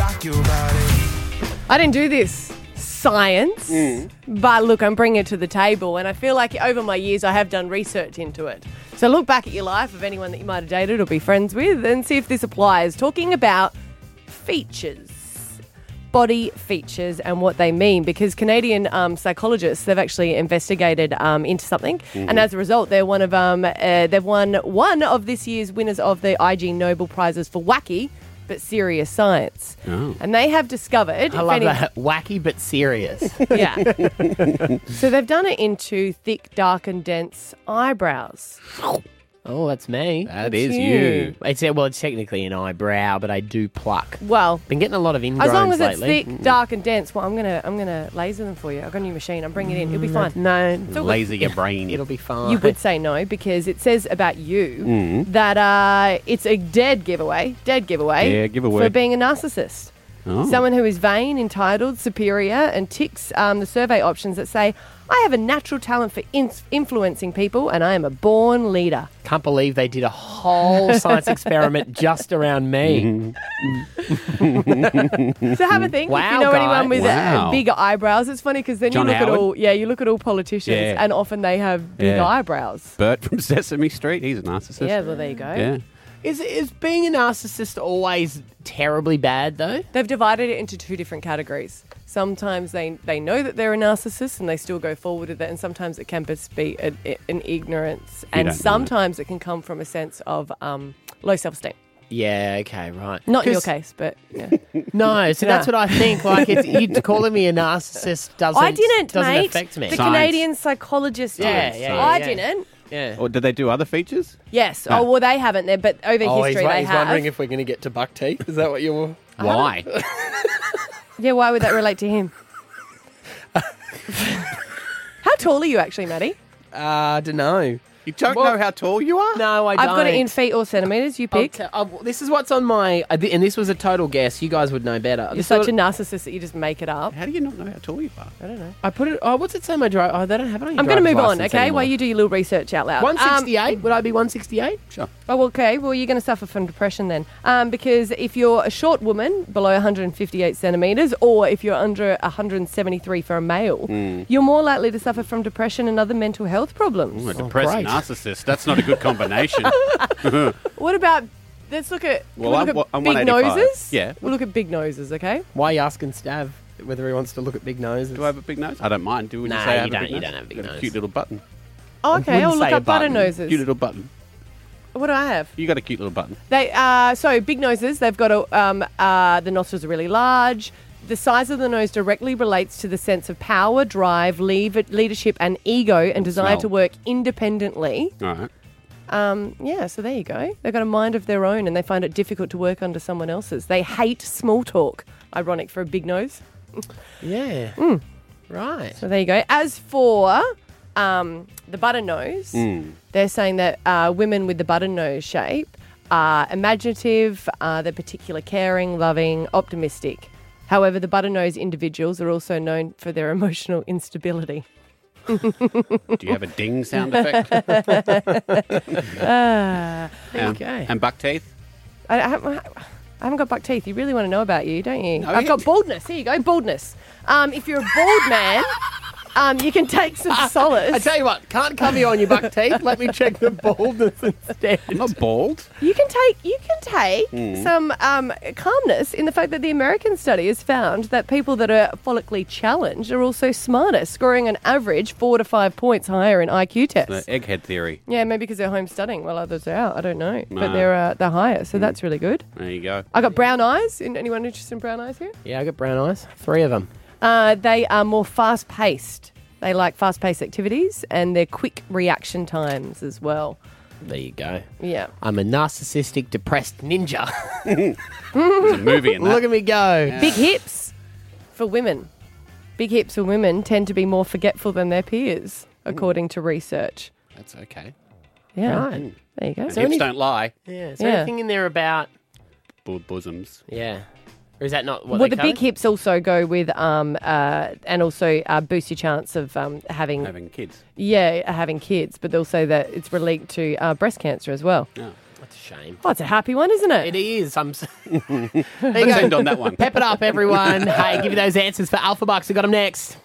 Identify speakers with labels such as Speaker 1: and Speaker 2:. Speaker 1: ask you about it.
Speaker 2: I didn't do this science, but look, I'm bringing it to the table, and I feel like over my years I have done research into it. So look back at your life of anyone that you might have dated or be friends with, and see if this applies. Talking about features, body features, and what they mean, because Canadian um, psychologists they've actually investigated um, into something,
Speaker 3: Mm-hmm.
Speaker 2: and as a result, they're one of um, uh, they've won one of this year's winners of the IG Nobel prizes for wacky. But serious science, and they have discovered. if
Speaker 3: Oh. I love
Speaker 2: any-
Speaker 3: that. Wacky but serious.
Speaker 2: yeah. so they've done it into thick, dark, and dense eyebrows.
Speaker 3: oh, that's me.
Speaker 4: That
Speaker 2: It's
Speaker 4: is
Speaker 2: you.
Speaker 4: you.
Speaker 3: It's well, it's technically an eyebrow, but I do pluck.
Speaker 2: Well,
Speaker 3: Been getting a lot of ingrowns
Speaker 2: as long as it's
Speaker 3: lately.
Speaker 2: thick, dark, and dense, well, I'm gonna I'm gonna laser them for you. I've got a new machine. I'm bringing it in. It'll be fine.
Speaker 3: No,
Speaker 2: So good.
Speaker 4: Mm, Laser your brain.
Speaker 3: it'll be fine.
Speaker 2: You would say no because it says about you
Speaker 4: Mm.
Speaker 2: that uh, it's a dead giveaway. Dead giveaway.
Speaker 4: Yeah, giveaway. Oh.
Speaker 2: for being a narcissist. Someone who is vain, entitled, superior, and ticks um, the survey options that say, "I have a natural talent for ins influencing people, and I am a born leader."
Speaker 3: Can't believe they did a whole science experiment just around me.
Speaker 2: So have a think. if you
Speaker 3: Mm. Wow,
Speaker 2: know
Speaker 3: guys.
Speaker 2: anyone with uh,
Speaker 4: Wow.
Speaker 2: big eyebrows, it's funny because then
Speaker 4: John
Speaker 2: you look
Speaker 4: Howard?
Speaker 2: at all yeah, you look at all politicians,
Speaker 4: Yeah.
Speaker 2: and often they have big
Speaker 4: Yeah.
Speaker 2: eyebrows.
Speaker 4: Bert from Sesame Street. He's a narcissist.
Speaker 2: Yeah, well there you go.
Speaker 4: Yeah.
Speaker 3: Is is being a narcissist always terribly bad though?
Speaker 2: They've divided it into two different categories. Sometimes they they know that they're a narcissist and they still go forward with it, and sometimes it can just be a, a- an ignorance,
Speaker 4: don't know
Speaker 2: and
Speaker 4: it.
Speaker 2: sometimes it can come from a sense of um, low self esteem.
Speaker 3: Yeah. Okay. Right.
Speaker 2: Not in your
Speaker 3: 'Cause-
Speaker 2: case, but yeah.
Speaker 3: No. So that's what I think. Like, it's, you calling me a narcissist doesn't.
Speaker 2: I didn't,
Speaker 3: doesn't
Speaker 2: mate.
Speaker 3: affect me.
Speaker 2: The
Speaker 4: Science.
Speaker 2: Canadian psychologist.
Speaker 3: Yeah,
Speaker 2: did.
Speaker 3: yeah,
Speaker 2: I
Speaker 3: yeah.
Speaker 2: didn't.
Speaker 3: yeah.
Speaker 4: Or did they do other features?
Speaker 2: Yes. Oh well, they haven't. There, but over
Speaker 3: Oh, he's,
Speaker 2: history
Speaker 3: wa-
Speaker 2: they
Speaker 3: he's
Speaker 2: have.
Speaker 3: wondering if we're going to get to buck teeth. Is that what you're?
Speaker 4: Why?
Speaker 2: Yeah, why would that relate to him? How tall are you actually, Maddie?
Speaker 3: Uh, I don't know.
Speaker 4: you don't
Speaker 3: Well-
Speaker 4: know how tall you are?
Speaker 3: No, I
Speaker 2: I've
Speaker 3: don't.
Speaker 2: got it in feet or centimetres. You pick.
Speaker 3: Okay, uh, well, this is what's on my, uh, th- and this was a total guess. You guys would know better.
Speaker 2: You're such a narcissist that you just make it up.
Speaker 4: How do you not know how tall you are?
Speaker 3: I don't know. I put it. Oh, what's it say? My drive. Oh, they don't have it. On your
Speaker 2: I'm going to
Speaker 3: driver's
Speaker 2: move on,
Speaker 3: license
Speaker 2: okay?
Speaker 3: anymore.
Speaker 2: While you do your little research out loud. Um,
Speaker 3: 168. would I be 168?
Speaker 4: Sure.
Speaker 2: oh, okay. Well, you're going to suffer from depression then, um, because if you're a short woman below 158 centimetres, or if you're under 173 for a male,
Speaker 4: Hmm.
Speaker 2: you're more likely to suffer from depression and other mental health problems.
Speaker 4: Ooh, a depressed
Speaker 3: great.
Speaker 4: narcissist. That's not a good combination.
Speaker 2: What about? Let's look at. can
Speaker 4: Well,
Speaker 2: we
Speaker 4: I'm
Speaker 2: look
Speaker 4: wa-
Speaker 2: at
Speaker 4: I'm
Speaker 2: big
Speaker 4: 185.
Speaker 2: noses.
Speaker 4: Yeah.
Speaker 2: We'll look at big noses, okay?
Speaker 3: Why are you asking Stav whether he wants to look at big noses?
Speaker 4: do I have a big nose? I don't mind. Do would you
Speaker 3: Nah,
Speaker 4: say I
Speaker 3: you
Speaker 4: have a
Speaker 3: don't-
Speaker 4: big
Speaker 3: you
Speaker 4: nose?
Speaker 3: don't have a big
Speaker 4: Got
Speaker 3: nose.
Speaker 4: cute little button.
Speaker 2: Oh, okay,
Speaker 3: wouldn't
Speaker 2: I'll look
Speaker 3: say a
Speaker 2: up button
Speaker 3: button.
Speaker 2: noses.
Speaker 4: Cute little button.
Speaker 2: What do I have?
Speaker 4: You got a cute little button.
Speaker 2: They uh, so big noses. They've got a um, uh, the nostrils are really large. The size of the nose directly relates to the sense of power, drive, leave, leadership, and ego, and desire
Speaker 4: smell.
Speaker 2: to work independently.
Speaker 4: All right.
Speaker 2: Um, yeah, so there you go. They've got a mind of their own, and they find it difficult to work under someone else's. They hate small talk. Ironic for a big nose.
Speaker 3: Yeah. Right.
Speaker 2: So there you go. As for um, the button nose, they're saying that uh, women with the button nose shape are imaginative, uh, they're particular, caring, loving, optimistic. However, the button nose individuals are also known for their emotional instability.
Speaker 4: Do you have a ding sound effect? and,
Speaker 3: Ah, okay.
Speaker 4: And buck teeth.
Speaker 2: I, I, haven't- I haven't got buck teeth. You really want to know about you, don't you?
Speaker 4: No,
Speaker 3: Oh,
Speaker 2: I've
Speaker 4: you-
Speaker 2: got baldness. Here you go, baldness. Um, if you're a bald man, um, you can take some
Speaker 3: I
Speaker 2: solace.
Speaker 3: tell you what, can't cover you on your buck teeth. Let me check the baldness instead.
Speaker 4: I'm not bald.
Speaker 2: You can take you can take some um, calmness in the fact that the American study has found that people that are follically challenged are also smarter, scoring an average four to five points higher in IQ
Speaker 4: The
Speaker 2: tests.
Speaker 4: egghead theory.
Speaker 2: yeah, maybe because they're home studying while others are out. I don't know, but
Speaker 4: Nah.
Speaker 2: they're uh, they're higher, so that's really good.
Speaker 4: There you go.
Speaker 2: I got brown eyes. An- Anyone interested in brown eyes here?
Speaker 3: Yeah, I got brown eyes. Three of them.
Speaker 2: Uh, they are more fast paced. They like fast paced activities and their quick reaction times as well.
Speaker 3: There you go.
Speaker 2: Yeah.
Speaker 3: I'm a narcissistic, depressed ninja.
Speaker 4: There's a movie in that.
Speaker 3: Look at me go.
Speaker 2: Big hips for women. Big hips for women tend to be more forgetful than their peers, according to research.
Speaker 4: That's okay.
Speaker 2: Yeah.
Speaker 3: Right.
Speaker 2: There you go.
Speaker 4: Hips don't lie.
Speaker 3: Yeah. Is there
Speaker 2: Yeah.
Speaker 3: anything in there about?
Speaker 4: Bo- bosoms.
Speaker 3: Yeah. Or is that not what?
Speaker 2: well,
Speaker 3: they
Speaker 2: the big
Speaker 3: covered?
Speaker 2: hips also go with, um, uh, and also uh, boost your chance of um, having,
Speaker 4: Having kids.
Speaker 2: yeah, having kids. But also that it's related to uh, breast cancer as well.
Speaker 4: Yeah.
Speaker 3: That's a shame.
Speaker 2: Well, it's a happy one, isn't it?
Speaker 3: It is. I'm. s- there you
Speaker 4: Let's
Speaker 3: go.
Speaker 4: end on that one.
Speaker 3: Pep it up, everyone. hey, give you those answers for Alpha Bucks. We got them next.